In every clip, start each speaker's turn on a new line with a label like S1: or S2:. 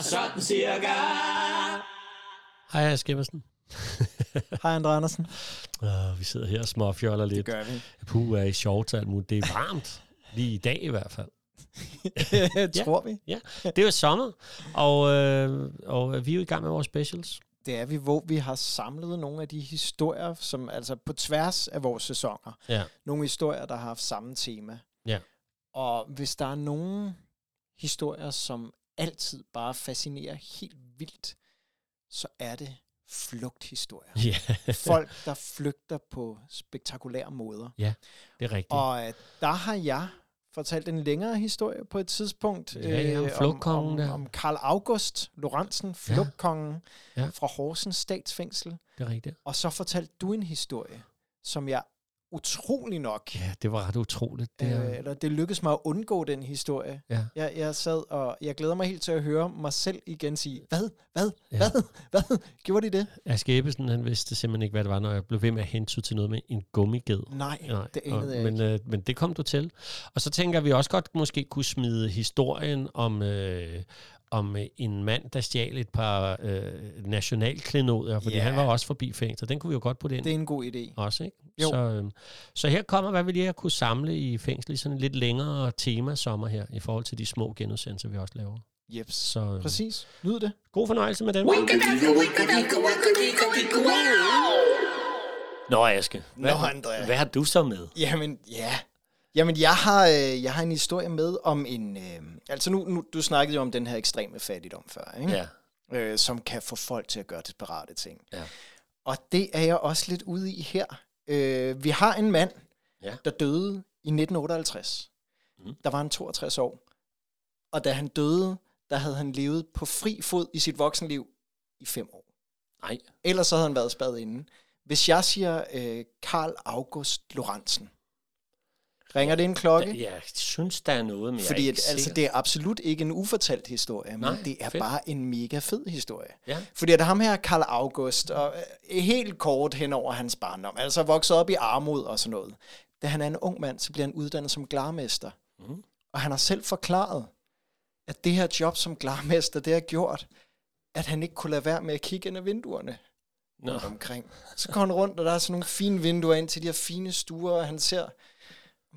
S1: sådan cirka.
S2: Hej, jeg er Skippersen.
S3: Hej, Andre Andersen.
S2: Uh, vi sidder her og småfjoller lidt.
S3: gør vi.
S2: Puh, er i shorts og alt muligt. Det er varmt. Lige i dag i hvert fald.
S3: Tror vi.
S2: Ja, det er jo sommer, og, øh, og vi er jo i gang med vores specials.
S3: Det er vi, hvor vi har samlet nogle af de historier, som altså på tværs af vores sæsoner.
S2: Ja.
S3: Nogle historier, der har haft samme tema.
S2: Ja.
S3: Og hvis der er nogle historier, som altid bare fascinerer helt vildt, så er det flugthistorier.
S2: Ja,
S3: Folk, der flygter på spektakulære måder.
S2: det er rigtigt.
S3: Og øh, der har jeg fortalt en længere historie på et tidspunkt. øh,
S2: Ja, ja, om flugtkongen
S3: om, om,
S2: der.
S3: om Karl August Lorentzen, flugtkongen ja.
S2: Ja.
S3: Ja. fra Horsens statsfængsel.
S2: Det er rigtigt.
S3: Og så fortalte du en historie, som jeg utrolig nok,
S2: Ja, det var ret utroligt. Det
S3: øh,
S2: er,
S3: eller det lykkedes mig at undgå den historie.
S2: Ja.
S3: Jeg, jeg sad og jeg glæder mig helt til at høre mig selv igen sige, hvad, hvad,
S2: Ja.
S3: ja. hvad, hvad, gjorde de det?
S2: Aske Ebbesen, han vidste simpelthen ikke, hvad det var, når jeg blev ved med at hentyde til noget med en gummiged.
S3: Nej,
S2: Nej,
S3: Nej det
S2: og,
S3: anede jeg
S2: men,
S3: ikke.
S2: øh, men det kom du til. Og så tænker vi også godt måske kunne smide historien om, øh, om øh, en mand, der stjal et par øh, nationalklenoder, fordi
S3: Ja.
S2: han var også forbi fængslet. Den kunne vi jo godt putte ind
S3: Det er en god idé.
S2: også, ikke?
S3: Jo.
S2: Så, øh, så her kommer, hvad vi lige har kunne samle i fængsel i sådan en lidt længere tema sommer her, i forhold til de små genudsendelser, vi også laver.
S3: Jeps.
S2: Så øh,
S3: Præcis. Nyd det.
S2: god fornøjelse med den.
S1: Nå, Aske. Hvad,
S3: Nå, Andrea.
S1: hvad har du så med?
S3: Jamen, ja. Jamen, jeg har, øh, jeg har en historie med om en... Øh, altså, nu, nu, du snakkede jo om den her ekstreme fattigdom før, ikke?
S1: Ja.
S3: Øh, som kan få folk til at gøre desperate ting.
S1: Ja.
S3: Og det er jeg også lidt ude i her. Øh, vi har en mand,
S1: Ja.
S3: der døde i 1958.
S1: Mm.
S3: Mm. Der var han 62 år. Og da han døde, der havde han levet på fri fod i sit voksenliv i fem år.
S1: Nej.
S3: Ellers så havde han været spadet inden. Hvis jeg siger øh, Karl August Lorentzen, ringer det en klokke?
S1: Okay. Jeg synes, der er noget, men jeg er
S3: Fordi
S1: ikke
S3: at, altså,
S1: sikker.
S3: det er absolut ikke en ufortalt historie, men
S1: Nej,
S3: det er
S1: fedt.
S3: fedt. bare en mega fed historie.
S1: Ja.
S3: Fordi at ham her, Karl August, og øh, helt kort hen over hans barndom, altså vokset op i armod og sådan noget. Da han er en ung mand, så bliver han uddannet som glarmester.
S1: Mhm.
S3: Mm. Og han har selv forklaret, at det her job som glarmester, det har gjort, at han ikke kunne lade være med at kigge ind ad vinduerne
S1: Nå.
S3: rundt omkring. Så går han rundt, og der er sådan nogle fine vinduer ind til de her fine stuer, og han ser,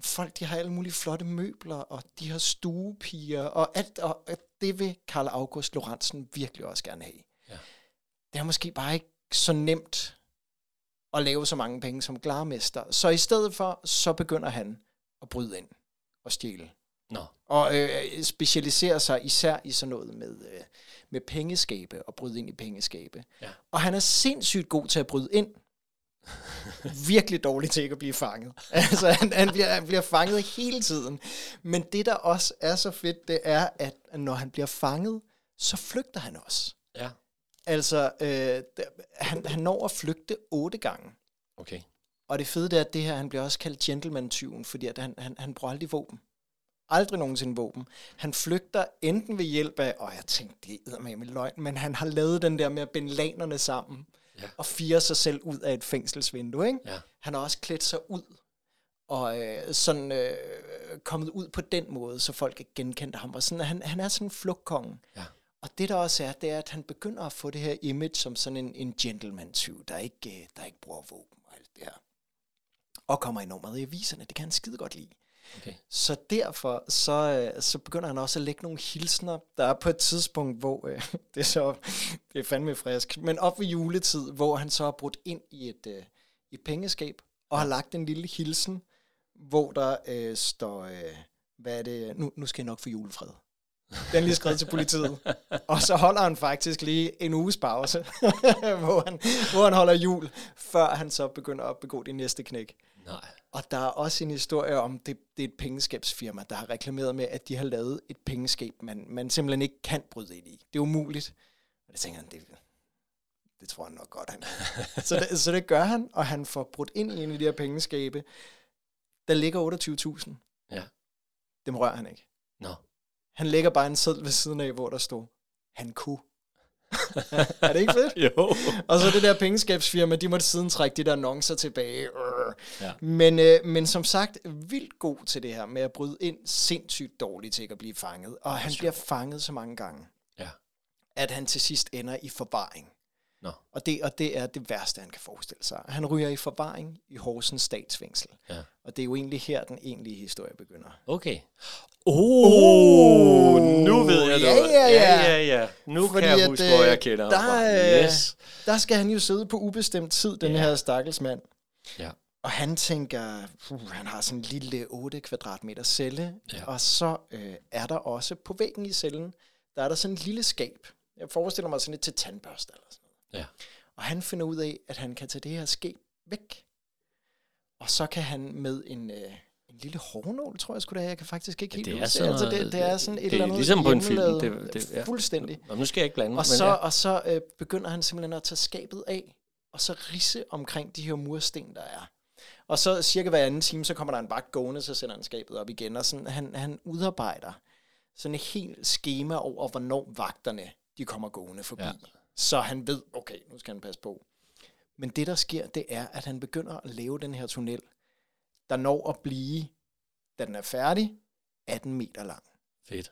S3: folk de har alle mulige flotte møbler, og de har stuepiger, og alt, og, og det vil Karl August Lorentzen virkelig også gerne have.
S1: Ja.
S3: Ja. Det er måske bare ikke så nemt at lave så mange penge som glarmester. Så i stedet for, så begynder han at bryde ind og stjæle.
S1: Nå.
S3: Og øh, specialiserer sig især i sådan noget med, øh, med pengeskabe og bryde ind i pengeskabe.
S1: Ja.
S3: Og han er sindssygt god til at bryde ind. Virkelig dårlig til ikke at blive fanget. Altså, han, han, bliver, han bliver fanget hele tiden. Men det, der også er så fedt, det er, at når han bliver fanget, så flygter han også.
S1: Ja.
S3: Altså, øh, d- han, han når at flygte otte gange.
S1: Okay.
S3: Og det fede det er, at det her, han bliver også kaldt gentleman-tyven, fordi at han, han, han bruger aldrig våben. Aldrig nogensinde våben. Han flygter enten ved hjælp af, og jeg tænkte, det er med løgn, men han har lavet den der med at binde lanerne sammen
S1: Ja.
S3: ja. og fire sig selv ud af et fængselsvindue. Ikke?
S1: Ja.
S3: Han har også klædt sig ud og øh, sådan øh, kommet ud på den måde, så folk ikke genkendte ham. Og sådan, at han, han er sådan en flugtkonge.
S1: Ja.
S3: Og det der også er, det er, at han begynder at få det her image som sådan en, en gentleman-tyv, der ikke, øh, der ikke bruger våben og alt det her og kommer enormt meget i aviserne. Det kan han skide godt lide.
S1: Okay.
S3: Så derfor så, øh, så begynder han også at lægge nogle hilsner. Der er på et tidspunkt, hvor øh, det er så det er fandme frisk, men op ved juletid, hvor han så har brudt ind i et, øh, et pengeskab og har lagt en lille hilsen, hvor der øh, står, øh, hvad er det, nu, nu skal jeg nok få julefred. Den er lige skrevet til politiet. Og så holder han faktisk lige en uges pause, hvor, han, hvor han holder jul, før han så begynder at begå det næste knæk.
S1: Nej.
S3: Og der er også en historie om, det, det er et pengeskabsfirma, der har reklameret med, at de har lavet et pengeskab, man, man simpelthen ikke kan bryde ind i. Det er umuligt. Og det tænker han, det, det tror han nok godt, han kan. så, det, så det gør han, og han får brudt ind i en af de her pengeskabe. Der ligger 28.000.
S1: Ja.
S3: Dem rører han ikke.
S1: Nå.
S3: Han lægger bare en seddel ved siden af, hvor der stod, han kunne. er det ikke fedt?
S1: Jo.
S3: Og så det der pengeskabsfirma, de måtte siden trække de der annoncer tilbage.
S1: Ja.
S3: Ja. Men, øh, men som sagt, vildt god til det her med at bryde ind, sindssygt dårlig til ikke at blive fanget. Og han bliver fanget så mange gange.
S1: Ja.
S3: at han til sidst ender i forvaring.
S1: Nå.
S3: Og, det, og det er det værste, han kan forestille sig. Han ryger i forvaring i Horsens statsfængsel.
S1: Ja.
S3: Og det er jo egentlig her, den egentlige historie begynder.
S1: Okay. Oh, nu ved jeg
S3: ja,
S1: noget.
S3: ja, ja.
S1: ja, ja, ja. Nu Fordi
S3: Fordi
S1: kan jeg
S3: at,
S1: huske, hvor
S3: øh,
S1: jeg kender ham
S3: der
S1: fra.
S3: er-
S1: Yes.
S3: Der skal han jo sidde på ubestemt tid, den
S1: Ja.
S3: ja. her stakkels mand.
S1: Ja.
S3: Og han tænker, puh, han har sådan en lille 8 kvadratmeter celle,
S1: Ja.
S3: ja. og så øh, er der også på væggen i cellen, der er der sådan en lille skab. Jeg forestiller mig sådan et til tandbørste eller sådan noget.
S1: Ja.
S3: Og han finder ud af, at han kan tage det her skab væk. Og så kan han med en, øh, en lille hårnål, tror jeg skulle det er. Jeg kan faktisk ikke
S1: Ja,
S3: helt
S1: det er
S3: huske
S1: sådan
S3: Altså,
S1: noget-
S3: det, det er sådan et
S1: det er
S3: eller andet
S1: ligesom på en film.
S3: hjemmelavet-
S1: Det- det- ja.
S3: Fuldstændig.
S1: Nå, nu skal jeg ikke blande mig,
S3: Og så,
S1: ja.
S3: og så øh, begynder han simpelthen at tage skabet af, og så risse omkring de her mursten, der er. Og så cirka hver anden time, så kommer der en vagt gående, så sender han skabet op igen, og sådan, han, han udarbejder sådan et helt schema over, hvornår vagterne de kommer gående forbi.
S1: Ja.
S3: Ja. Så han ved, okay, nu skal han passe på. Men det, der sker, det er, at han begynder at lave den her tunnel, der når at blive, da den er færdig, 18 meter lang.
S1: Fedt.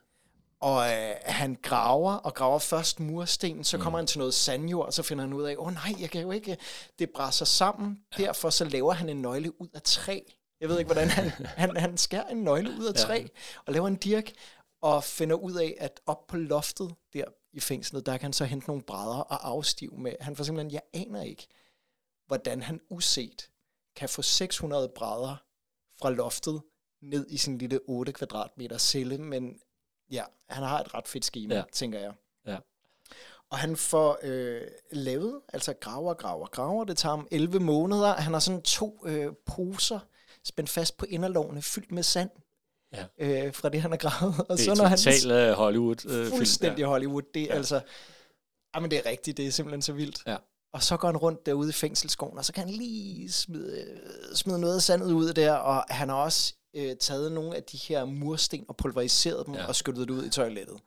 S3: Og øh, han graver, og graver først mursten, så kommer han til noget sandjord, og så finder han ud af, åh oh, nej, jeg kan jo ikke, det brænder sammen. Ja. Derfor så laver han en nøgle ud af træ. Jeg ved ikke, hvordan han, han, han skærer en nøgle ud af
S1: Ja.
S3: træ, og laver en dirk, og finder ud af, at op på loftet der i fængslet, der kan han så hente nogle brædder og afstive med. Han får simpelthen, jeg aner ikke, hvordan han uset kan få 600 brædder fra loftet ned i sin lille 8 kvadratmeter celle, men ja, han har et ret fedt schema,
S1: Ja.
S3: ja. tænker jeg.
S1: Ja.
S3: Og han får øh, lavet, altså graver, graver, graver. Det tager ham 11 måneder. Han har sådan to øh, poser spændt fast på inderlovene, fyldt med sand.
S1: Ja.
S3: Øh, fra det, han har gravet. Og
S1: Det
S3: så
S1: er
S3: når han
S1: totalt øh, Hollywood-film. Øh, film,
S3: fuldstændig
S1: ja.
S3: Hollywood. Det er
S1: Ja.
S3: ja. altså... Jamen, det er rigtigt. Det er simpelthen så vildt.
S1: Ja.
S3: Og så går han rundt derude i fængselsgården, og så kan han lige smide, øh, smide noget af sandet ud der, og han har også øh, taget nogle af de her mursten og pulveriseret dem
S1: Ja.
S3: ja. og skyttet det ud i toilettet.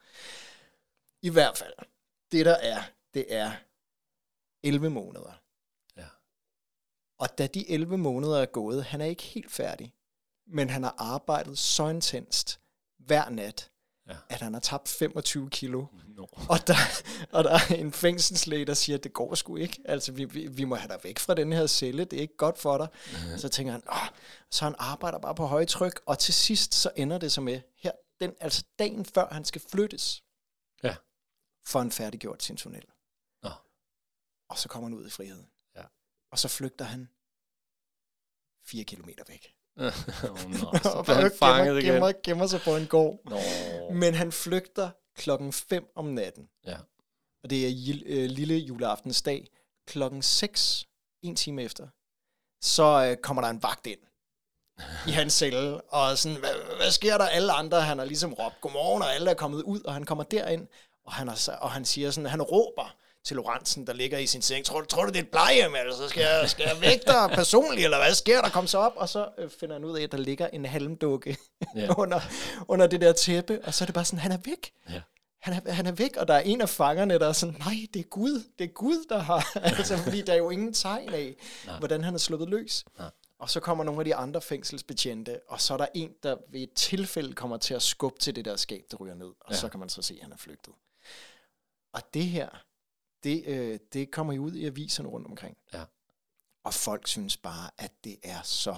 S3: I hvert fald, det der er, det er 11 måneder.
S1: Ja.
S3: Og da de 11 måneder er gået, han er ikke helt færdig, men han har arbejdet så intenst hver nat,
S1: Ja.
S3: at han har tabt 25 kilo.
S1: Nå.
S3: Og der, og der er en fængselslæge, der siger, at det går sgu ikke. Altså, vi, vi, vi må have dig væk fra den her celle. Det er ikke godt for dig. Så tænker han, Åh. så han arbejder bare på højtryk. Og til sidst, så ender det så med, her, den, altså dagen før han skal flyttes,
S1: Ja.
S3: får han færdiggjort sin tunnel.
S1: Nå.
S3: Og så kommer han ud i friheden.
S1: Ja.
S3: Og så flygter han fire kilometer væk.
S1: Åh, nå, så
S3: Og
S1: blev han fanget
S3: gemmer,
S1: igen.
S3: gemmer, gemmer sig på en gård.
S1: Nå.
S3: Men han flygter klokken 5 om natten.
S1: Ja.
S3: Og det er jil- øh, lille juleaftensdag. Klokken 6, en time efter, så øh, kommer der en vagt ind i hans celle, og sådan, hvad, hvad sker der? Alle andre, han har ligesom råbt, godmorgen, og alle er kommet ud, og han kommer derind, og han, er, så- og han siger sådan, han råber til Lorentzen, der ligger i sin seng, tror, du- tror du, det er et plejehjem, eller så skal jeg, skal jeg vække dig personligt, eller hvad sker der? Kom så op, og så øh, finder han ud af, at der ligger en halmdukke
S1: Ja.
S3: ja. under, under det der tæppe, og så er det bare sådan, han er væk.
S1: Ja.
S3: Han er, han er væk, og der er en af fangerne, der er sådan, nej, det er Gud, det er Gud, der har, altså, fordi der er jo ingen tegn af, nej. hvordan han er sluppet løs.
S1: Nej.
S3: Og så kommer nogle af de andre fængselsbetjente, og så er der en, der ved et tilfælde kommer til at skubbe til det der skab, der ryger ned, og
S1: Ja.
S3: ja. så kan man så se, at han er flygtet. Og det her, det, øh, det kommer jo ud i aviserne rundt omkring.
S1: Ja.
S3: Og folk synes bare, at det er så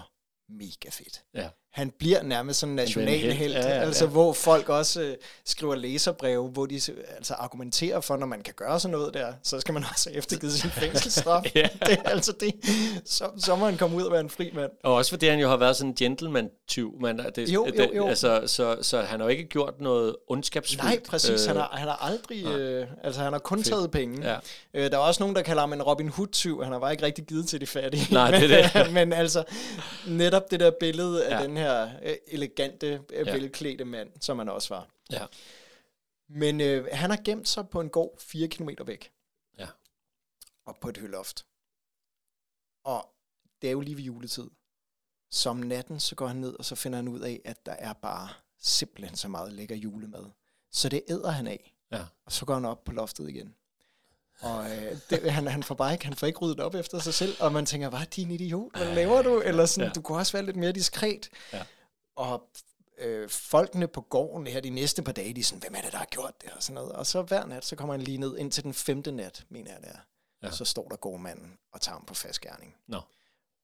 S3: mega fedt.
S1: Ja.
S3: Han bliver nærmest sådan en
S1: bliver en
S3: nationalhelt,
S1: helt, ja, ja,
S3: altså
S1: ja.
S3: hvor folk også øh, skriver læserbreve, hvor de øh, altså argumenterer for, når man kan gøre sådan noget der, så skal man også eftergive sin fængselsstraf.
S1: Ja.
S3: Det er altså det. Så, så må han komme ud og være en fri mand.
S1: Og også fordi han jo har været sådan en gentleman-tyv. Men er det,
S3: Jo, jo,
S1: det-
S3: jo.
S1: Altså, så, så han har jo ikke gjort noget ondskabsfuldt.
S3: Nej, præcis. Han
S1: øh,
S3: har, han har aldrig... Øh, altså, han har kun taget penge.
S1: Ja.
S3: Øh, der er også nogen, der kalder ham en Robin Hood-tyv. Han har bare ikke rigtig givet til de fattige.
S1: Nej, det er
S3: men, men altså, netop det der billede af
S1: Ja.
S3: ja. den her øh, elegante, øh,
S1: Ja.
S3: velklædte mand, som han også var.
S1: Ja.
S3: Men øh, han har gemt sig på en gård fire kilometer væk.
S1: Ja.
S3: Og på et høloft. Og det er jo lige ved juletid. Så om natten, så går han ned, og så finder han ud af, at der er bare simpelthen så meget lækker julemad. Så det æder han af.
S1: Ja.
S3: Og så går han op på loftet igen. Og øh, det, han, han, får bare ikke, han får ikke ryddet op efter sig selv, og man tænker, hvad din idiot, hvad laver du? Eller sådan,
S1: Ja.
S3: ja. du kunne også være lidt mere diskret.
S1: Ja.
S3: Og øh, folkene på gården her de næste par dage, de er sådan, hvem er det, der har gjort det? Og, sådan noget. og så hver nat, så kommer han lige ned ind til den femte nat, mener jeg det er.
S4: Ja.
S3: Ja. Så står der gårdmanden og tager ham på fast gerning.
S4: Nå.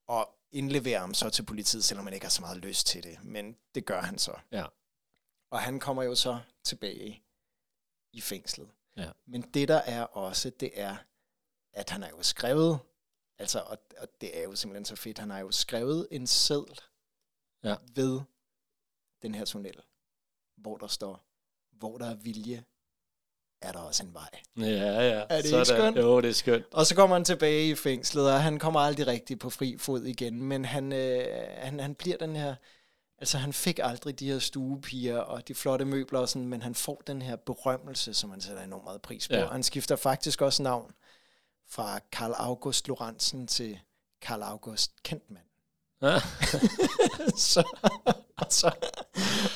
S3: Og indleverer ham så til politiet, selvom han ikke har så meget lyst til det. Men det gør han så.
S4: Ja.
S3: Og han kommer jo så tilbage i fængslet.
S4: Ja.
S3: Men det der er også, det er, at han er jo skrevet, altså, og, og det er jo simpelthen så fedt, han har jo skrevet en seddel
S4: Ja.
S3: ved den her tunnel, hvor der står, hvor der er vilje, er der også en vej.
S4: Ja, ja.
S3: det ikke skønt?
S4: Jo, det er skønt.
S3: Og så kommer han tilbage i fængslet, og han kommer aldrig rigtig på fri fod igen, men han, øh, han, han bliver den her... Altså, han fik aldrig de her stuepiger og de flotte møbler og sådan, men han får den her berømmelse, som han sætter enormt meget pris på.
S4: Ja.
S3: Ja. Han skifter faktisk også navn fra Karl August Lorentzen til Karl August Kentmann.
S4: Ja.
S3: så, og så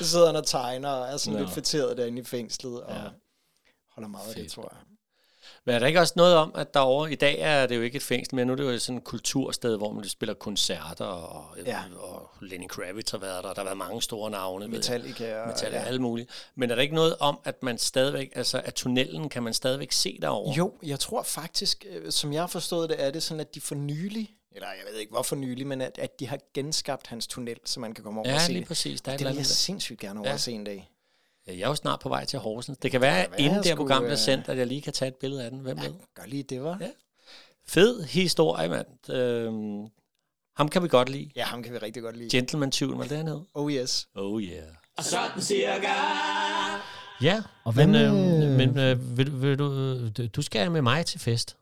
S3: sidder han og tegner og er sådan
S4: Nå.
S3: Nå. lidt fætteret derinde i fængslet og
S4: Ja.
S3: ja. holder meget af
S4: Fedt.
S3: det, tror jeg.
S4: Men er der ikke også noget om, at derovre, i dag er det jo ikke et fængsel, men nu er det jo sådan et kultursted, hvor man spiller koncerter, og, ja.
S3: Ja.
S4: og Lenny Kravitz har været der, og der har været mange store navne. ved jeg.
S3: Metallica og...
S4: Metal ja. alle mulige. Men er der ikke noget om, at man stadigvæk, altså at tunnelen kan man stadigvæk se derovre?
S3: Jo, jeg tror faktisk, øh, som jeg har forstået det, er det sådan, at de for nylig, eller jeg ved ikke hvorfor nylig, men at, at de har genskabt hans tunnel, så man kan komme over
S4: Ja,
S3: og se
S4: lige
S3: det.
S4: præcis. Der er et
S3: altså, Det
S4: eller
S3: vil jeg
S4: andet.
S3: sindssygt gerne over
S4: Ja.
S3: ja. at se en dag.
S4: Ja, Jeg er jo snart på vej til Horsens. Det kan være,
S3: kan
S4: at
S3: være,
S4: inden det
S3: jeg
S4: her
S3: skulle,
S4: program bliver
S3: øh,
S4: sendt, at jeg lige kan tage et billede af den. Hvem ved?
S3: Gør lige det, var.
S4: Ja.
S3: Ja.
S4: Fed historie, mand. Øhm, ham kan vi godt lide.
S3: ja, ham kan vi rigtig godt lide.
S4: Gentleman-tyven, var det han hed?
S3: Oh yes.
S4: Oh yeah.
S1: Ja, og men, øh, men øh, vil, vil du, øh, du skal med mig til fest.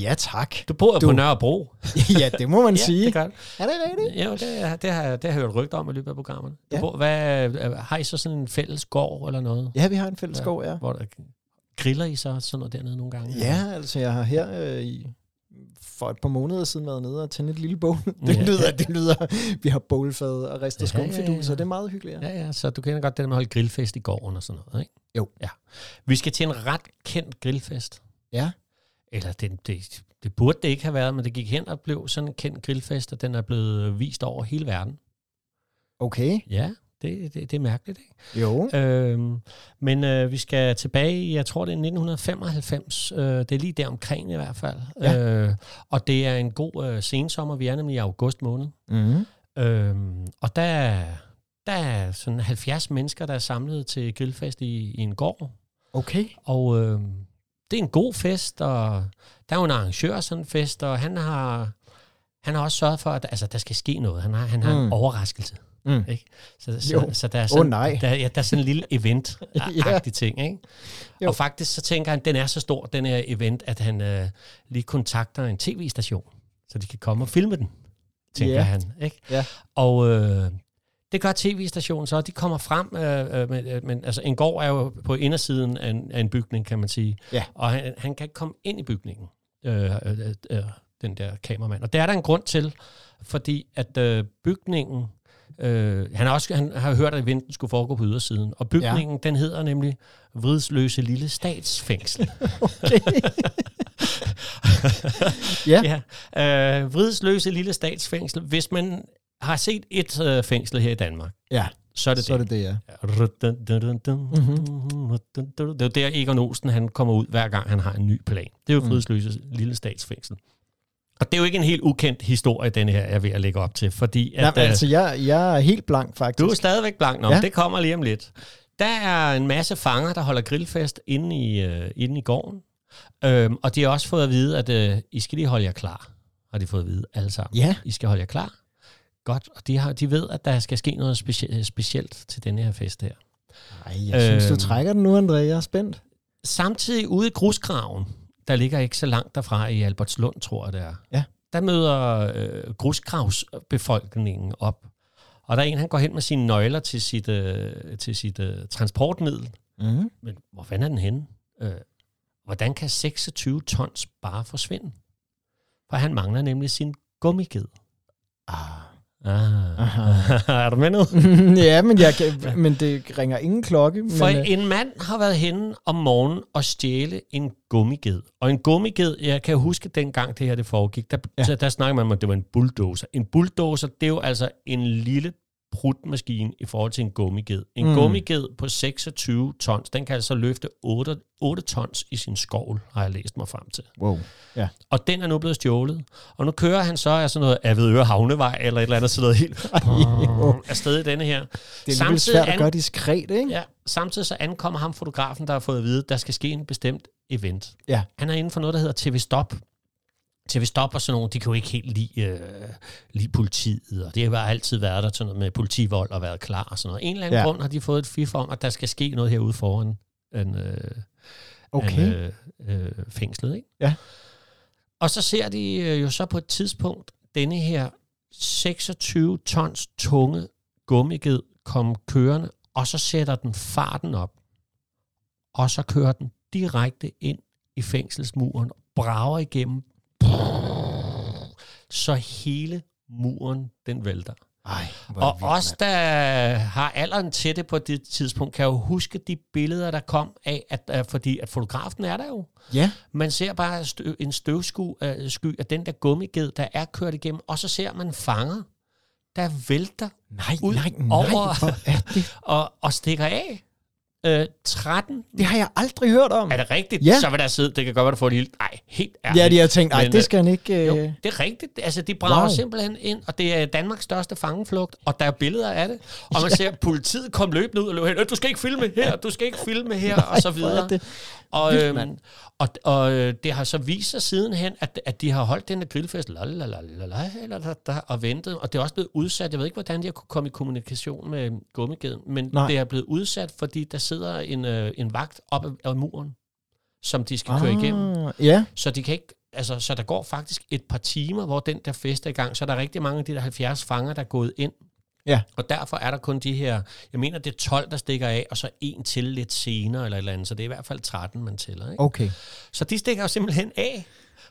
S3: Ja, tak.
S1: Du bor du. på
S3: Du-
S1: Nørrebro.
S3: ja, det må man
S1: Ja,
S3: sige.
S1: det gør du.
S3: Er det rigtigt?
S1: Ja, det, er- det, har, det har jeg hørt rygter om i løbet af programmet. Ja.
S3: Ja.
S1: Hvor, hvad, øh, har I så sådan en fælles gård eller noget?
S3: Ja, vi har en fælles
S1: Ja.
S3: skov, ja.
S1: Hvor der, griller I så sådan noget dernede nogle gange?
S3: Ja, altså jeg har her øh, i for et par måneder siden været nede og tændt et lille bål. Det
S1: Ja.
S3: lyder, det lyder. Vi har bålfad og ristet
S1: Ja, ja, ja,
S3: skumfidus,
S1: ja.
S3: og det er meget hyggeligt. Ja.
S1: Ja, ja, så du kender godt det der med at holde grillfest i gården og sådan noget, ikke?
S3: Jo.
S1: Ja. Vi skal til en ret kendt grillfest.
S3: Ja.
S1: Eller det, det, det burde det ikke have været, men det gik hen og blev sådan en kendt grillfest, og den er blevet øh, vist over hele verden.
S3: Okay.
S1: Ja, det, det, det er mærkeligt, ikke?
S3: Jo.
S1: Øhm, men øh, vi skal tilbage i, jeg tror det er 1995, øh, det er lige der omkring i hvert fald. Ja. Øh, og det er en god øh, sensommer, vi er nemlig i august måned.
S3: Mm.
S1: Øhm, og der, der er sådan 70 mennesker, der er samlet til grillfest i, i en gård.
S3: Okay.
S1: Og øhm, det er en god fest, og der er jo en arrangør af sådan en fest, og han har, han har også sørget for, at altså, der skal ske noget. Han har, han har mm. en
S3: Mm.
S1: overraskelse.
S3: Mm.
S1: Ikke? Så, så,
S3: Jo.
S1: så der, er sådan,
S3: nej.
S1: der, ja, der er sådan en lille event
S3: Ja.
S1: agtig ting. Ikke?
S3: Jo.
S1: Og faktisk så tænker han, den er så stor, den her event, at han øh, lige kontakter en tv-station, så de kan komme og filme den, tænker
S3: Ja.
S1: han. Ikke?
S3: Ja.
S1: Og øh, det gør tv-stationen så, og de kommer frem, øh, øh, men, øh, men altså en gård er jo på indersiden af en, af en bygning, kan man sige.
S3: Ja.
S1: Og han, han kan ikke komme ind i bygningen, øh, øh, øh, øh, den der kameramand. Og det er der en grund til, fordi at øh, bygningen, øh, han, har også, han har hørt, at eventen skulle foregå på ydersiden, og bygningen, ja. den hedder nemlig Vridsløse Lille Statsfængsel. ja. ja. Øh, Vridsløse Lille Statsfængsel. Hvis man har set et øh, fængsel her i Danmark,
S3: Ja,
S1: så er det
S3: så
S1: det.
S3: er det det, ja.
S1: Det er jo der, Egon Olsen han kommer ud, hver gang han har en ny plan. Det er
S3: Mm.
S1: jo Fridsløse lille statsfængsel. Og det er jo ikke en helt ukendt historie, den her jeg er ved at lægge op til, fordi at,
S3: Nej, men
S1: øh,
S3: altså, jeg, jeg er helt blank, faktisk.
S1: du er stadigvæk blank. Nå, ja.
S3: Ja.
S1: det kommer lige om lidt. Der er en masse fanger, der holder grillfest inde i, øh, inde i gården. Øhm, og de har også fået at vide, at øh, I skal lige holde jer klar. Har de fået at vide alle sammen.
S3: Ja.
S1: I skal holde jer klar. Godt. Og de, har, de ved, at der skal ske noget specie- specielt til denne her fest her.
S3: Nej, jeg synes, du
S1: Øhm.
S3: trækker den nu, André. Jeg er spændt.
S1: Samtidig ude i grusgraven, der ligger ikke så langt derfra i Albertslund, tror jeg det er,
S3: Ja.
S1: der møder øh, grusgravsbefolkningen op. Og der er en, han går hen med sine nøgler til sit, øh, til sit øh, transportmiddel.
S3: Mm.
S1: Men hvor fanden er den henne? Øh, hvordan kan 26 tons bare forsvinde? For han mangler nemlig sin gummiged.
S3: Ah.
S1: Ah. er du med nu?
S3: ja, men, jeg kan, men det ringer ingen klokke. Men,
S1: For
S3: øh,
S1: en mand har været henne om morgenen og stjæle en gummiged. Og en gummiged, jeg kan huske dengang det her det foregik, der, ja. der snakkede man om, at det var en bulldozer. En bulldozer, det er jo altså en lille prutmaskine i forhold til en gummiged. En
S3: Mm.
S1: mm. gummiged på 26 tons, den kan altså løfte 8, 8 tons i sin skovl, har jeg læst mig frem til.
S3: Wow.
S1: Og den er nu blevet stjålet. Og nu kører han så af sådan noget Avedøre Havnevej, eller et eller andet sådan noget helt afsted i denne her.
S3: Det er lidt
S1: Samtidig
S3: svært at
S1: an-
S3: gøre diskret, ikke?
S1: Ja, samtidig så ankommer ham fotografen, der har fået at vide, at der skal ske en bestemt event.
S3: Ja.
S1: Han er inden for noget, der hedder TV Stop. TV Stop og sådan nogle, de kan jo ikke helt lide, øh, lide politiet, og det har altid været der sådan noget med politivold og været klar og sådan noget. En eller anden
S3: Ja.
S1: ja. grund har de fået et fif om, at der skal ske noget herude foran en, øh,
S3: Okay.
S1: af, øh, øh, fængslet. Ikke?
S3: Ja.
S1: Og så ser de øh, jo så på et tidspunkt denne her 26 tons tunge gummiged komme kørende, og så sætter den farten op, og så kører den direkte ind i fængselsmuren, brager igennem, så hele muren den vælter.
S3: Ej, hvor
S1: Øh, Og
S3: vildt,
S1: os, der har alderen til det på det tidspunkt, kan jo huske de billeder, der kom af, at, at fordi at fotografen er der jo.
S3: mand. Ja.
S1: Man ser bare støv, en støvsky øh, sky af den der gummiged, der er kørt igennem, og så ser man fanger, der vælter
S3: Nej,
S1: Ud
S3: nej, nej.
S1: over-
S3: Hvor er det?
S1: og, og stikker af. Øh, 13.
S3: det har jeg aldrig hørt om.
S1: Er det rigtigt?
S3: Ja.
S1: Så vil der sidde, det kan godt være, at du får et lille... Nej, helt ærligt.
S3: Ja, de har tænkt, nej,
S1: Men,
S3: det
S1: øh,
S3: skal han ikke...
S1: Jo,
S3: Øh...
S1: det er rigtigt. Altså, de brager
S3: Wow.
S1: wow. simpelthen ind, og det er Danmarks største fangeflugt, og der er billeder af det. Og man ser, at politiet kom løbende ud og løb hen. "Øh, Du skal ikke filme her, du skal ikke filme her, og så
S3: hvor er
S1: videre.
S3: det
S1: Og,
S3: vildt,
S1: øhm, og, og øh, det har så vist sig sidenhen, at, at de har holdt den der grillfest lalalalalalala, og ventet, og det er også blevet udsat. Jeg ved ikke, hvordan de har kunne komme i kommunikation med gummigeden, men
S3: Nej.
S1: Nej. det er blevet udsat, fordi der sidder en, øh, en vagt op ad, ad muren, som de skal
S3: Ah,
S1: køre igennem.
S3: Ja,
S1: Så de kan ikke, altså, så der går faktisk et par timer, hvor den der fest er i gang, så er der rigtig mange af de der 70 fanger, der er gået ind.
S3: Ja.
S1: Og derfor er der kun de her, jeg mener, det er 12, der stikker af, og så en til lidt senere eller et eller andet, så det er i hvert fald 13, man tæller. Ikke?
S3: okay.
S1: Så de stikker jo simpelthen af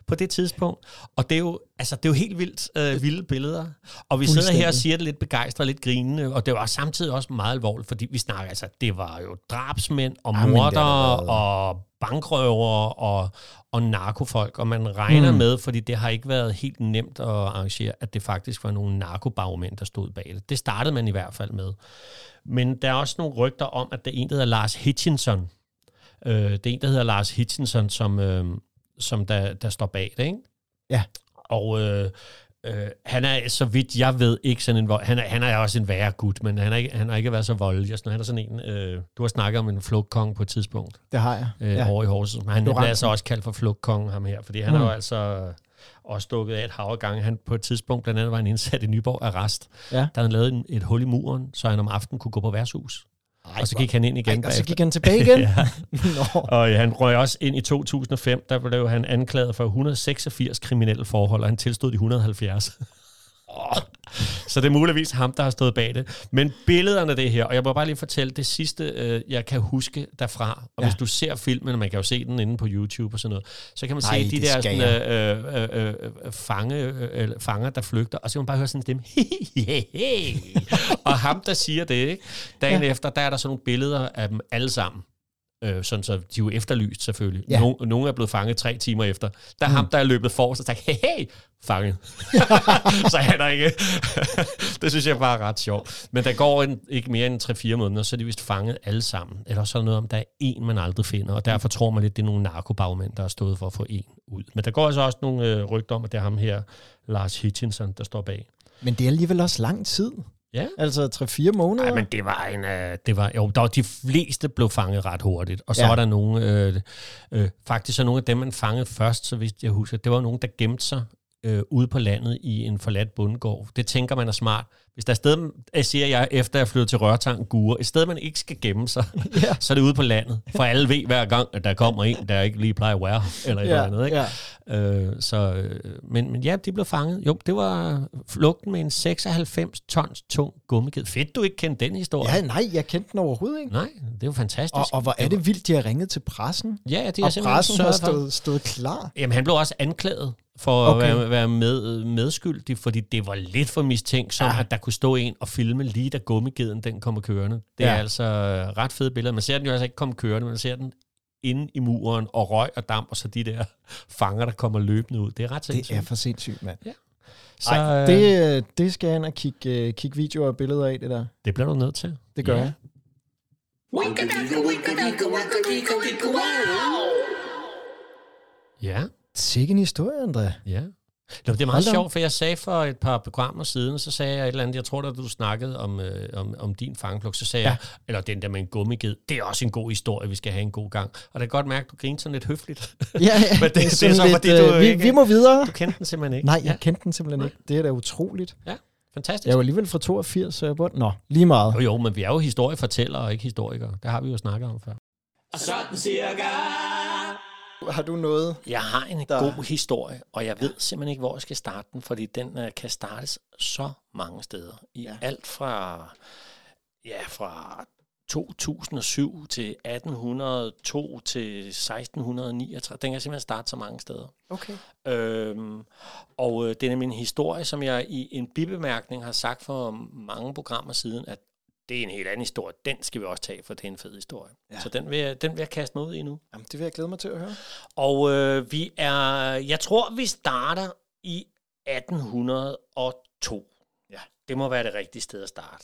S1: på det tidspunkt, og det er jo, altså, det er jo helt vildt øh, vilde billeder. Og vi sidder her og
S3: Fuldstændig.
S1: siger det lidt begejstret, lidt grinende, og det var samtidig også meget alvorligt, fordi vi snakker, altså, det var jo drabsmænd og
S3: Jamen, det har det
S1: mordere
S3: været.
S1: og bankrøver og, og narkofolk, og man regner
S3: Mm.
S1: mm. med, fordi det har ikke været helt nemt at arrangere, at det faktisk var nogle narkobagmænd, der stod bag det. Det startede man i hvert fald med. Men der er også nogle rygter om, at der er en, der hedder Lars Hitchinson. Øh, det er en, der hedder Lars Hitchinson, som, øh, som der, der står bag det, ikke?
S3: Ja.
S1: Og øh, øh, han er, så vidt jeg ved, ikke sådan en vold. Han er, han er også en værre gut, men han, er ikke, han har ikke været så voldelig. og sådan noget. Han er sådan en, øh, du har snakket om en flugtkong på et tidspunkt
S3: Det har jeg.
S1: øh,
S3: ja.
S1: ja. over i Horsens. Men han
S3: Det var
S1: bliver
S3: Ramsen.
S1: altså også kaldt for flugtkongen, ham her, fordi han
S3: Mm.
S1: mm. er jo altså øh, også dukket af et hav af gange. Han på et tidspunkt, blandt andet var han indsat i Nyborg Arrest,
S3: Ja.
S1: der havde han lavet en, et hul i muren, så han om aftenen kunne gå på værtshus. Ej, og så gik han ind igen.
S3: Ej, og så
S1: bagefter.
S3: gik han tilbage igen.
S1: Ja.
S3: Nå.
S1: Og øh, han røg også ind i 2005, der blev han anklaget for 186 kriminelle forhold, og han tilstod de 170. Åh. Så det er muligvis ham, der har stået bag det. Men billederne af det her, og jeg må bare lige fortælle det sidste, øh, jeg kan huske derfra. Og
S3: Ja.
S1: ja. hvis du ser filmen, og man kan jo se den inde på YouTube og sådan noget, så kan man
S3: Ej,
S1: se de
S3: det
S1: der
S3: skal
S1: sådan, øh, øh, øh, øh, fange, øh, eller fanger, der flygter, og så kan man bare høre sådan dem. og ham, der siger det, ikke? dagen ja. efter, der er der sådan nogle billeder af dem alle sammen. Øh, sådan så de er jo efterlyst selvfølgelig.
S3: Ja.
S1: Ja. Nogle, nogle er blevet fanget tre timer efter. Der er mm. ham, der er løbet forrest og sagt, hey, hey, fanget. så han er ikke... det synes jeg bare er ret sjovt. Men der går en, ikke mere end 3-4 måneder, så er de vist fanget alle sammen. Eller sådan noget om, der er en, man aldrig finder. Og derfor tror man lidt, det er nogle narkobagmænd, der har stået for at få en ud. Men der går altså også nogle øh, rygter om, at det er ham her, Lars Hitchinson, der står bag.
S3: Men det er alligevel også lang tid.
S1: Ja.
S3: Altså 3-4 måneder.
S1: Nej, men det var en... Øh, det var, jo, der var de fleste blev fanget ret hurtigt, og så
S3: Ja.
S1: ja. var der nogle... Øh, øh, faktisk så nogle af dem, man fangede først, så hvis jeg husker, det var nogen, der gemte sig øh, ude på landet i en forladt bundgård. Det tænker man er smart. Hvis der er et sted, jeg siger jeg, efter jeg flyttede til Rørtang Gure, et sted, man ikke skal gemme sig,
S3: Ja.
S1: ja. så er det ude på landet. For alle ved hver gang, at der kommer en, der ikke lige plejer at være her, eller et ja. eller andet. Ikke?
S3: ja.
S1: Øh, så, øh, men, men ja, de blev fanget. Jo, det var flugten med en 96 tons tung gummiged. Fedt, du ikke kendte den historie.
S3: ja, nej, jeg kendte den overhovedet ikke.
S1: Nej, det er jo fantastisk.
S3: Og, og hvor er det vildt, de har ringet til pressen.
S1: Ja, ja, de
S3: Og
S1: har simpelthen
S3: pressen har
S1: sørget for...
S3: stået, stået klar.
S1: Jamen, han blev også anklaget for
S3: Okay.
S1: okay. at være, være med, medskyldig, fordi det var lidt for mistænkt, som
S3: Ja.
S1: ja. at der kunne stå en og filme lige da gummigeden den kommer kørende. Det er
S3: Ja.
S1: altså ret fede billeder. Man ser den jo altså ikke komme kørende, man ser den inde i muren og røg og damp, og så de der fanger, der kommer løbende ud. Det er ret
S3: Det
S1: sindssygt.
S3: er for sindssygt, mand.
S2: Så Ej, det, øh,
S3: Det, øh, det skal jeg ind og kigge, øh, kigge videoer og billeder af, det der.
S2: det bliver du nødt til.
S3: Det gør
S2: Ja.
S3: ja. jeg.
S2: Ja,
S3: Sikke en historie, André.
S2: ja. Nå, det er meget
S3: Hold da op.
S2: sjovt, for jeg sagde for et par programmer siden, så sagde jeg et eller andet, jeg tror da, du snakkede om, øh, om, om din fangeflugt, så sagde ja. jeg, eller den der med en gummiged, det er også en god historie, vi skal have en god gang. Og det er godt mærke, at du griner sådan lidt høfligt.
S3: Ja, ja.
S2: Men det- det er
S3: sådan
S2: så, fordi
S3: øh,
S2: du
S3: vi,
S2: ikke-
S3: vi må videre.
S2: Du kendte den simpelthen ikke.
S3: Nej, jeg
S2: ja.
S3: kendte den simpelthen ikke. Det er da utroligt.
S2: Fantastisk.
S3: Jeg var alligevel fra 82, så jeg burde... Nå, lige meget.
S2: Jo, jo, men vi er jo historiefortællere og ikke historikere. Det har vi jo snakket om før.
S3: Har du noget?
S1: Jeg har en
S3: Der-
S1: der... god historie, og jeg ved simpelthen ikke, hvor jeg skal starte den, fordi den uh, kan startes så mange steder. I
S3: Ja.
S1: ja. alt fra, ja, fra 2007 til 1802 til 1639. Den kan simpelthen starte så mange steder.
S3: Okay.
S1: Øhm, og øh, det er nemlig en historie, som jeg i en bibemærkning har sagt for mange programmer siden, at det er en helt anden historie. Den skal vi også tage, for det er en fed historie.
S3: Ja.
S1: Ja. Så den vil, jeg, den vil jeg kaste mig ud i nu.
S3: Jamen, det vil jeg glæde mig til at høre.
S1: Og øh, vi er, jeg tror, vi starter i 1802. Ja. Det må være det rigtige sted at starte.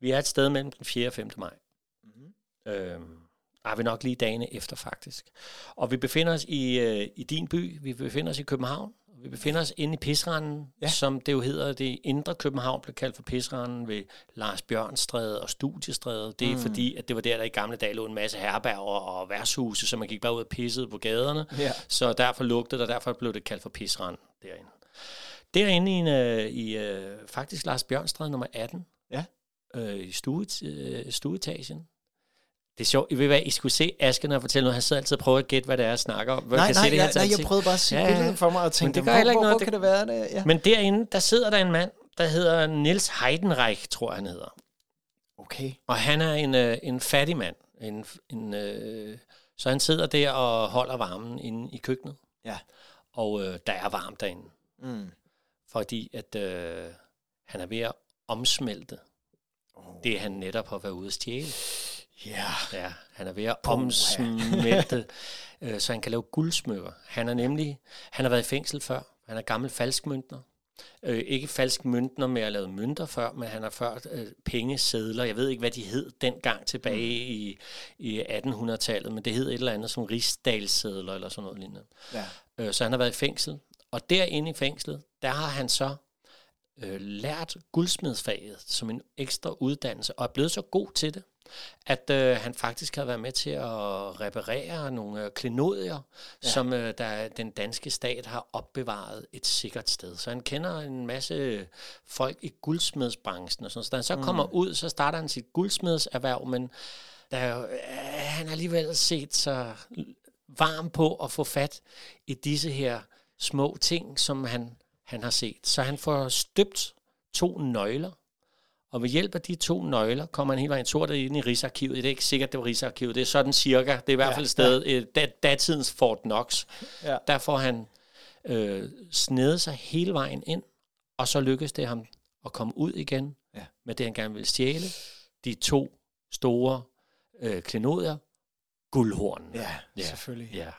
S1: Vi er et sted mellem den 4. og 5. maj.
S3: Mhm.
S1: Mm-hmm. Øh, er vi nok lige dagene efter, faktisk. Og vi befinder os i, øh, i din by, vi befinder os i København, vi befinder os inde i Pisranden,
S3: Ja.
S1: ja. som det jo hedder, det indre København blev kaldt for Pisranden ved Lars Bjørnstræde og Studiestræde. Det er mm. fordi, at det var der, der i gamle dage lå en masse herberger og værtshuse, så man gik bare ud og pissede på gaderne.
S3: Ja.
S1: Så derfor lugtede det, og derfor blev det kaldt for Pisranden derinde. Derinde i, en, øh, i øh, faktisk Lars Bjørnstræde nummer 18,
S3: Ja.
S1: øh, i stuet, øh, stueetagen, det er sjovt. I ved hvad, I skulle se Asger, når jeg fortæller noget. Han sidder altid og prøver at gætte, hvad det er, jeg snakker om.
S3: Nej,
S1: kan se
S3: nej,
S1: det i
S3: jeg,
S1: hans
S3: nej, jeg
S1: ansigt.
S3: prøvede bare at sige
S1: Ja,
S3: ja,
S1: ja.
S3: billedet for mig og
S1: Men
S3: tænke,
S1: det
S3: det
S1: gør
S3: hvor,
S1: heller ikke
S3: hvor,
S1: noget.
S3: hvor
S1: Det-
S3: kan det være det? Ja.
S1: Men derinde, der sidder der en mand, der hedder Niels Heidenreich, tror jeg, han hedder.
S3: Okay.
S1: Og han er en, øh, en fattig mand. En, en, øh, så han sidder der og holder varmen inde i køkkenet.
S3: Ja.
S1: Og øh, der er varmt derinde,
S3: Mm.
S1: fordi at øh, han er ved at omsmelte
S3: Oh.
S1: det, han netop har været ude at stjæle.
S3: Ja.
S1: Ja, han er ved at omsmelte, øh, så han kan lave guldsmykker. Han er nemlig, han har været i fængsel før. Han er gammel falskmyndner. Øh, ikke falskmyndner med at lave mønter før, men han har før øh, pengesedler. Jeg ved ikke, hvad de hed dengang tilbage i, i 1800-tallet, men det hed et eller andet som rigsdalssedler eller sådan noget lignende.
S3: Ja.
S1: Øh, så han har været i fængsel. Og derinde i fængslet, der har han så øh, lært guldsmedsfaget som en ekstra uddannelse, og er blevet så god til det, at øh, han faktisk har været med til at reparere nogle øh, klenodier, ja. som øh, der, den danske stat har opbevaret et sikkert sted. Så han kender en masse folk i guldsmedsbranchen og sådan noget. Så da han så mm. kommer ud, så starter han sit guldsmedserhverv, men der er jo, øh, han har alligevel set sig varm på at få fat i disse her små ting, som han, han har set. Så han får støbt to nøgler, og ved hjælp af de to nøgler kommer han hele vejen sort ind i Rigsarkivet. Det er ikke sikkert, det var Rigsarkivet. Det er sådan cirka. Det er i hvert fald et sted, ja. dat, datidens Fort Knox.
S3: Ja.
S1: Der får han øh, snedet sig hele vejen ind, og så lykkes det ham at komme ud igen
S3: Ja.
S1: med det, han gerne vil stjæle. De to store øh, klenodier, guldhornene.
S3: Ja,
S1: Ja.
S3: selvfølgelig.
S1: Ja.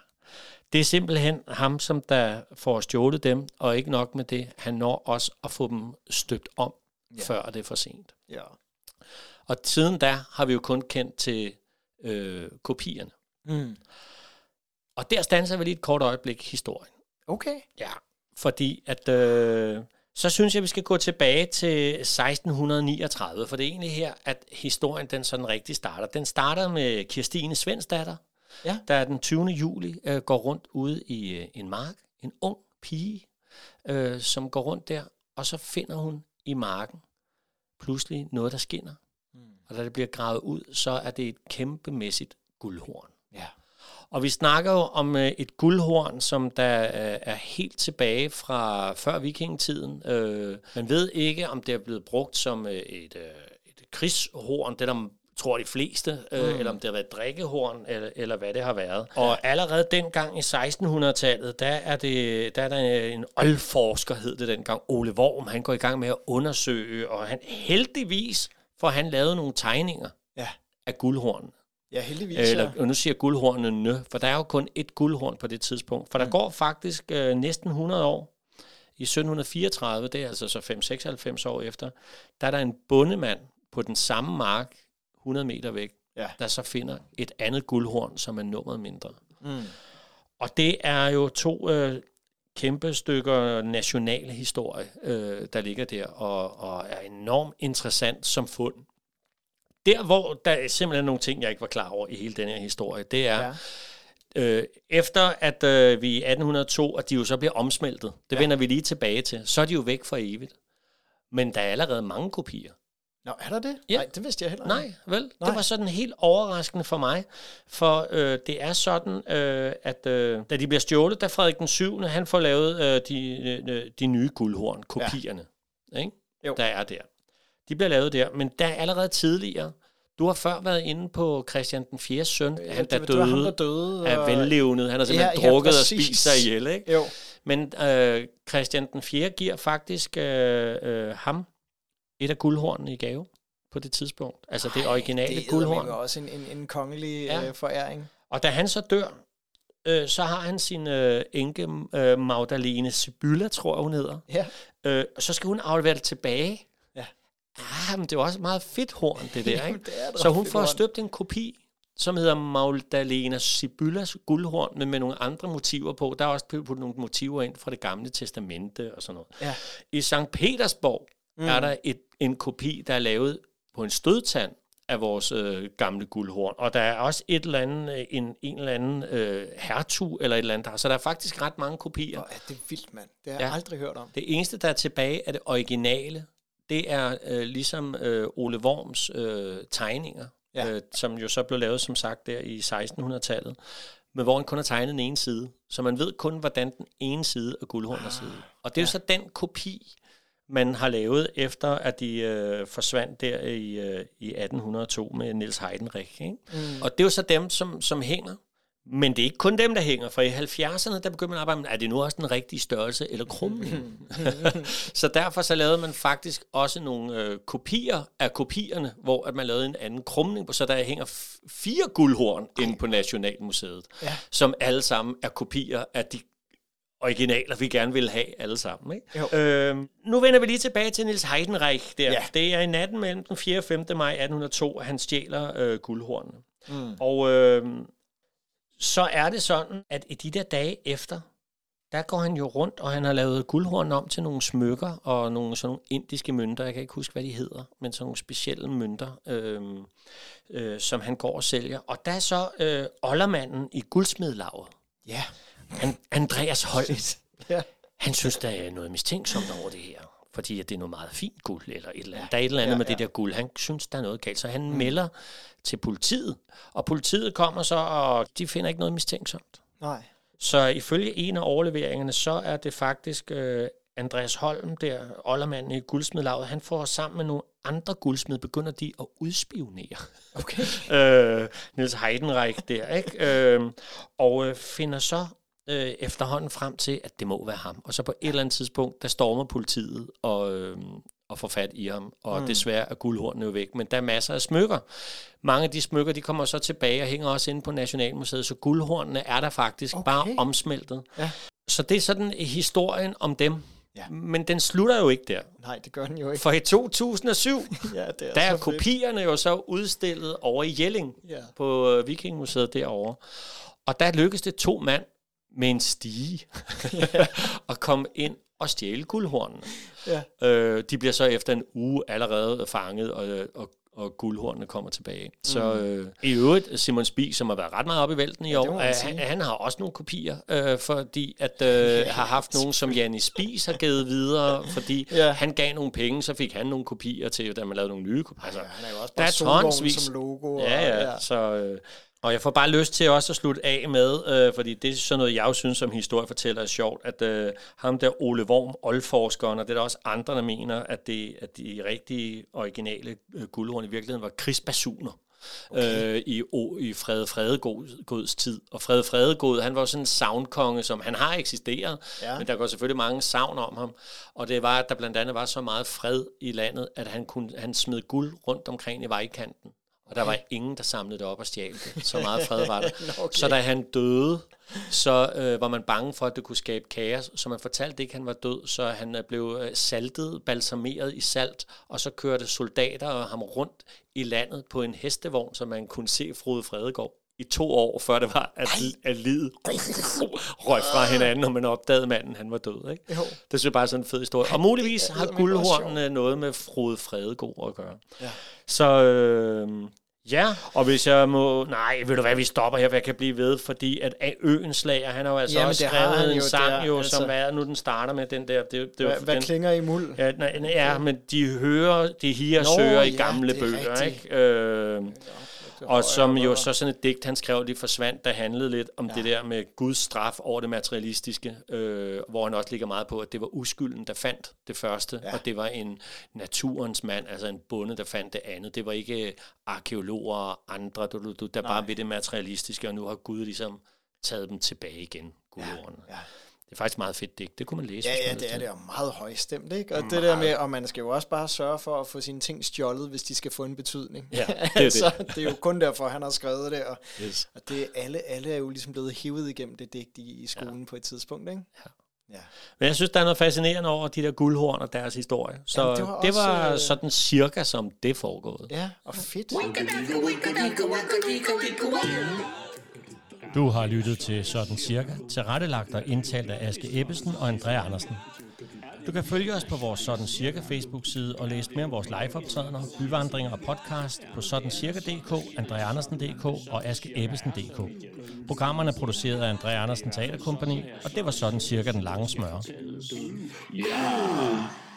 S1: Det er simpelthen ham, som der får stjålet dem, og ikke nok med det, han når også at få dem støbt om,
S3: Ja.
S1: ja. før det er for sent.
S3: Ja.
S1: Og siden da har vi jo kun kendt til øh, kopierne.
S3: Mm.
S1: Og der standser vi lige et kort øjeblik historien.
S3: Okay.
S1: Ja. Fordi at, øh, så synes jeg, vi skal gå tilbage til 1639, for det er egentlig her, at historien den sådan rigtig starter. Den starter med Kirstine Svensdatter,
S3: Ja.
S1: der den 20. juli øh, går rundt ude i øh, en mark. En ung pige, øh, som går rundt der, og så finder hun i marken pludselig noget, der skinner.
S3: Mm.
S1: Mm. Og da det bliver gravet ud, så er det et kæmpemæssigt guldhorn.
S3: Ja.
S1: Og vi snakker jo om øh, et guldhorn, som der øh, er helt tilbage fra før vikingetiden. Øh, man ved ikke, om det er blevet brugt som øh, et, øh, et krigshorn, det er der tror de fleste, øh, mm. eller om det har været drikkehorn, eller, eller hvad det har været. Og allerede dengang i 1600-tallet, der er, det, der er der en oldforsker, hed det dengang, Ole Worm, han går i gang med at undersøge, og han heldigvis får han lavet nogle tegninger
S3: Ja.
S1: af guldhorn.
S3: Ja, heldigvis.
S1: Eller,
S3: Eller...
S1: og nu siger jeg
S3: Mm.
S1: guldhornene, for der er jo kun et guldhorn på det tidspunkt. For der går faktisk øh, næsten 100 øh, år I 1734, det er altså så 5-96 år efter, der er der en bondemand på den samme mark, 100 meter væk,
S3: Ja.
S1: der så finder et andet guldhorn, som er nummeret mindre.
S3: Mm.
S1: Og det er jo to øh, kæmpe stykker national historie, øh, der ligger der, og, og er enormt interessant som fund. Der, hvor der er simpelthen nogle ting, jeg ikke var klar over i hele den her historie, det er,
S3: Ja.
S1: ja. øh, efter at øh, vi i 1802, og de jo så bliver omsmeltet, det
S3: Ja.
S1: ja. vender vi lige tilbage til, så er de jo væk for evigt. Men der er allerede mange kopier.
S3: Nå, er der det?
S1: Ja.
S3: Nej, det vidste jeg heller ikke.
S1: Nej, vel?
S3: Nej.
S1: Det var sådan helt overraskende for mig, for øh, det er sådan, øh, at øh, da de bliver stjålet, da Frederik den 7. han får lavet øh, de, øh, de nye guldhorn, kopierne, ja. ikke?
S3: Jo.
S1: der er der. De bliver lavet der, men der er allerede tidligere, du har før været inde på Christian den 4. søn,
S3: Ja,
S1: han der
S3: Øh, det, det var ham,
S1: døde
S3: der døde.
S1: af
S3: og-
S1: vellevnet, han har simpelthen
S3: Ja, ja,
S1: drukket og
S3: præcis.
S1: spist sig ihjel, ikke?
S3: Jo,
S1: Men øh, Christian den 4. giver faktisk øh, øh, ham et af guldhornene i gave på det tidspunkt. Altså det originale
S3: det er
S1: guldhorn.
S3: eddermame også en, en, en kongelig ja.
S1: Ja.
S3: øh, foræring.
S1: Og da han så dør, øh, så har han sin øh, enke øh, Magdalene Sibylla, tror jeg hun hedder.
S3: Ja.
S1: Øh, og så skal hun aflevere det tilbage.
S3: Ja.
S1: Ah, men det er jo også et meget fedt horn, det der, ikke?
S3: Jamen, det er et
S1: Så
S3: ret
S1: hun
S3: fedt
S1: får
S3: horn.
S1: støbt en kopi, som hedder Magdalena Sibyllas guldhorn, men med nogle andre motiver på. Der er også puttet nogle motiver ind fra det gamle testamente og sådan noget.
S3: Ja.
S1: I Sankt Petersborg mm. er der et, en kopi, der er lavet på en stødtand af vores øh, gamle guldhorn. Og der er også et eller andet, øh, en, en eller anden øh, hertug eller et eller andet. der har- Så der er faktisk ret mange kopier.
S3: Hvor er det vildt, mand. Det har jeg
S1: Ja.
S3: aldrig hørt om.
S1: Det eneste, der er tilbage af det originale, det er øh, ligesom øh, Ole Worms øh, tegninger,
S3: Ja.
S1: ja. øh, som jo så blev lavet, som sagt, der i 1600-tallet, men hvor han kun har tegnet den ene side. Så man ved kun, hvordan den ene side af guldhorn er side. Og det er jo så den kopi, man har lavet efter, at de øh, forsvandt der i, øh, i 1802 med Niels Heidenreich. Ikke? Mm. Og det er jo så dem, som, som hænger. Men det er ikke kun dem, der hænger, for i 70'erne, der begyndte man at arbejde med, er det nu også den rigtige størrelse, eller krummen? så derfor så lavede man faktisk også nogle øh, kopier af kopierne, hvor at man lavede en anden krumning, på, så der hænger f- fire guldhorn inde på Nationalmuseet,
S3: Ja.
S1: som alle sammen er kopier af de originaler, vi gerne vil have alle sammen.
S3: Jo.
S1: Ikke? Øhm, nu vender vi lige tilbage til Niels Heidenreich der.
S3: Ja.
S1: Ja. Det er i natten mellem den 4. og 5. maj 1802, at han stjæler øh, guldhornene.
S3: Mm.
S1: Og øhm, så er det sådan, at i de der dage efter, der går han jo rundt, og han har lavet guldhorn om til nogle smykker og nogle sådan nogle indiske mønter. Jeg kan ikke huske, hvad de hedder, men sådan nogle specielle mønter, øhm, øh, som han går og sælger. Og der er så øh, oldermanden i guldsmedlaget,
S3: Ja.
S1: An- Andreas Holt.
S3: Ja.
S1: Han synes, der er noget mistænksomt over det her, fordi at det er noget meget fint guld, eller et eller andet. Der er et eller andet
S3: ja,
S1: ja, med det
S3: ja.
S1: der guld. Han synes, der er noget galt, så han mm. melder til politiet, og politiet kommer så, og de finder ikke noget mistænksomt.
S3: Nej.
S1: Så ifølge en af overleveringerne, så er det faktisk øh, Andreas Holm der, oldermanden i guldsmedlaget, han får sammen med nogle andre guldsmed, begynder de at udspionere
S3: Okay.
S1: øh, Niels Heidenreich der, ikke? Øh, og øh, finder så øh, efterhånden frem til, at det må være ham. Og så på et eller andet tidspunkt, der stormer politiet og, øh, og får fat i ham. Og mm. desværre er guldhornene jo væk, men der er masser af smykker. Mange af de smykker, de kommer så tilbage og hænger også inde på Nationalmuseet, så guldhornene er der faktisk okay. bare omsmeltet.
S3: Ja.
S1: Så det er sådan historien om dem.
S3: Ja.
S1: Men den slutter jo ikke der.
S3: Nej, det gør den jo ikke.
S1: For i 2007,
S3: Ja, det er
S1: der
S3: så
S1: er
S3: fedt.
S1: kopierne jo så udstillet over i Jelling
S3: Ja.
S1: på øh, Vikingmuseet derovre. Og der lykkedes det to mand med en stige at komme ind og stjæle guldhornene.
S3: Ja.
S1: Øh, de bliver så efter en uge allerede fanget, og, øh, og, og guldhornene kommer tilbage. Så øh, i øvrigt, Simon Spig, som har været ret meget op i vælten i
S3: Mhm. det må
S1: år,
S3: man
S1: øh,
S3: sige.
S1: han, han har også nogle kopier, øh, fordi at øh, har haft nogen, som Janne Spis har givet videre, fordi
S3: Ja.
S1: ja. han gav nogle penge, så fik han nogle kopier til, da man lavede nogle nye kopier. Altså,
S3: Han er jo også
S1: Der
S3: bare
S1: er
S3: solvogn
S1: tonsvis.
S3: som logo.
S1: Ja,
S3: og,
S1: ja. Så, øh, og jeg får bare lyst til også at slutte af med, øh, fordi det er sådan noget, jeg jo synes som historiefortæller er sjovt, at øh, ham der Ole Worm, oldforskeren, og det er der også andre, der mener, at, det, at de rigtige originale øh, guldhorn i virkeligheden var krigsbasuner. Okay. Øh, i, o, i Frede Fredegods tid. Og Frede Fredegod, han var jo sådan en savnkonge, som han har eksisteret,
S3: Ja.
S1: ja. men der går selvfølgelig mange savn om ham. Og det var, at der blandt andet var så meget fred i landet, at han, kunne, han smed guld rundt omkring i vejkanten. Og der var ingen, der samlede det op og stjal det. Så meget fred var der. okay. Så da han døde, så øh, var man bange for, at det kunne skabe kaos. Så man fortalte ikke, at han var død. Så han øh, blev øh, saltet, balsameret i salt. Og så kørte soldater ham rundt i landet på en hestevogn, så man kunne se Frode Fredegård i to år, før det var, at, at livet røg fra hinanden, og man opdagede manden, han var død. Ikke?
S3: Jo.
S1: Det synes jeg bare er sådan en fed historie. Og muligvis
S3: er
S1: har
S3: eddermame også
S1: guldhornene noget med Frode Fredegård at gøre.
S3: Ja.
S1: Så øh, ja, og hvis jeg må... Nej, ved du hvad, vi stopper her, hvad jeg kan blive ved, fordi at A- Øens Slager, han har jo altså
S3: Jamen,
S1: også
S3: det har han
S1: skrevet en
S3: jo, det
S1: sang,
S3: er-
S1: jo,
S3: altså-
S1: som er, nu den starter med den der... Det, det,
S3: Hvad,
S1: den,
S3: hvad klinger i muld?
S1: Ja, nej, nej, ja, men de hører, de higer
S3: Nå,
S1: søger i
S3: ja,
S1: gamle
S3: det er
S1: bøger,
S3: rigtigt.
S1: ikke? Øh,
S3: Det
S1: og som
S3: højere
S1: jo
S3: rødder.
S1: så sådan et digt, han skrev lige forsvandt, der handlede lidt om ja. det der med Guds straf over det materialistiske, øh, hvor han også ligger meget på, at det var uskylden, der fandt det første, ja. og det var en naturens mand, altså en bonde, der fandt det andet. Det var ikke øh, arkeologer og andre, du, du, du, der bare ved det materialistiske, og nu har Gud ligesom taget dem tilbage igen, guldordene.
S3: ja.
S1: Det er faktisk meget fedt digt. Det kunne man læse.
S3: Ja,
S1: hvis man
S3: ja, det
S1: havde
S3: er
S1: lyst
S3: det, og meget højstemt, ikke? Og det der med, og man skal jo også bare sørge for at få sine ting stjålet, hvis de skal få en betydning.
S1: Ja, det er det.
S3: altså, det. det er jo kun derfor, han har skrevet det, og,
S1: til. Yes.
S3: og det er alle, alle er jo ligesom blevet hævet igennem det digt i, i skolen ja. på et tidspunkt, ikke? Ja.
S1: Men jeg synes, der er noget fascinerende over de der guldhorn og deres historie. Så
S3: Jamen,
S1: Jamen,
S3: det
S1: det
S3: var
S1: var, det
S3: også,
S1: var
S3: øh,
S1: sådan cirka, som det foregåede.
S3: Ja, og fedt.
S2: Du har lyttet til Sådan Cirka, tilrettelagt og indtalt af Aske Ebbesen og Andrea Andersen. Du kan følge os på vores Sådan Cirka Facebook-side og læse mere om vores liveoptrædener, byvandringer og podcast på sådancirka.dk, andreaandersen.dk og askeebbesen.dk. Programmerne er produceret af Andrea Andersen Teaterkompagni, og det var Sådan Cirka den lange smør.
S5: Yeah.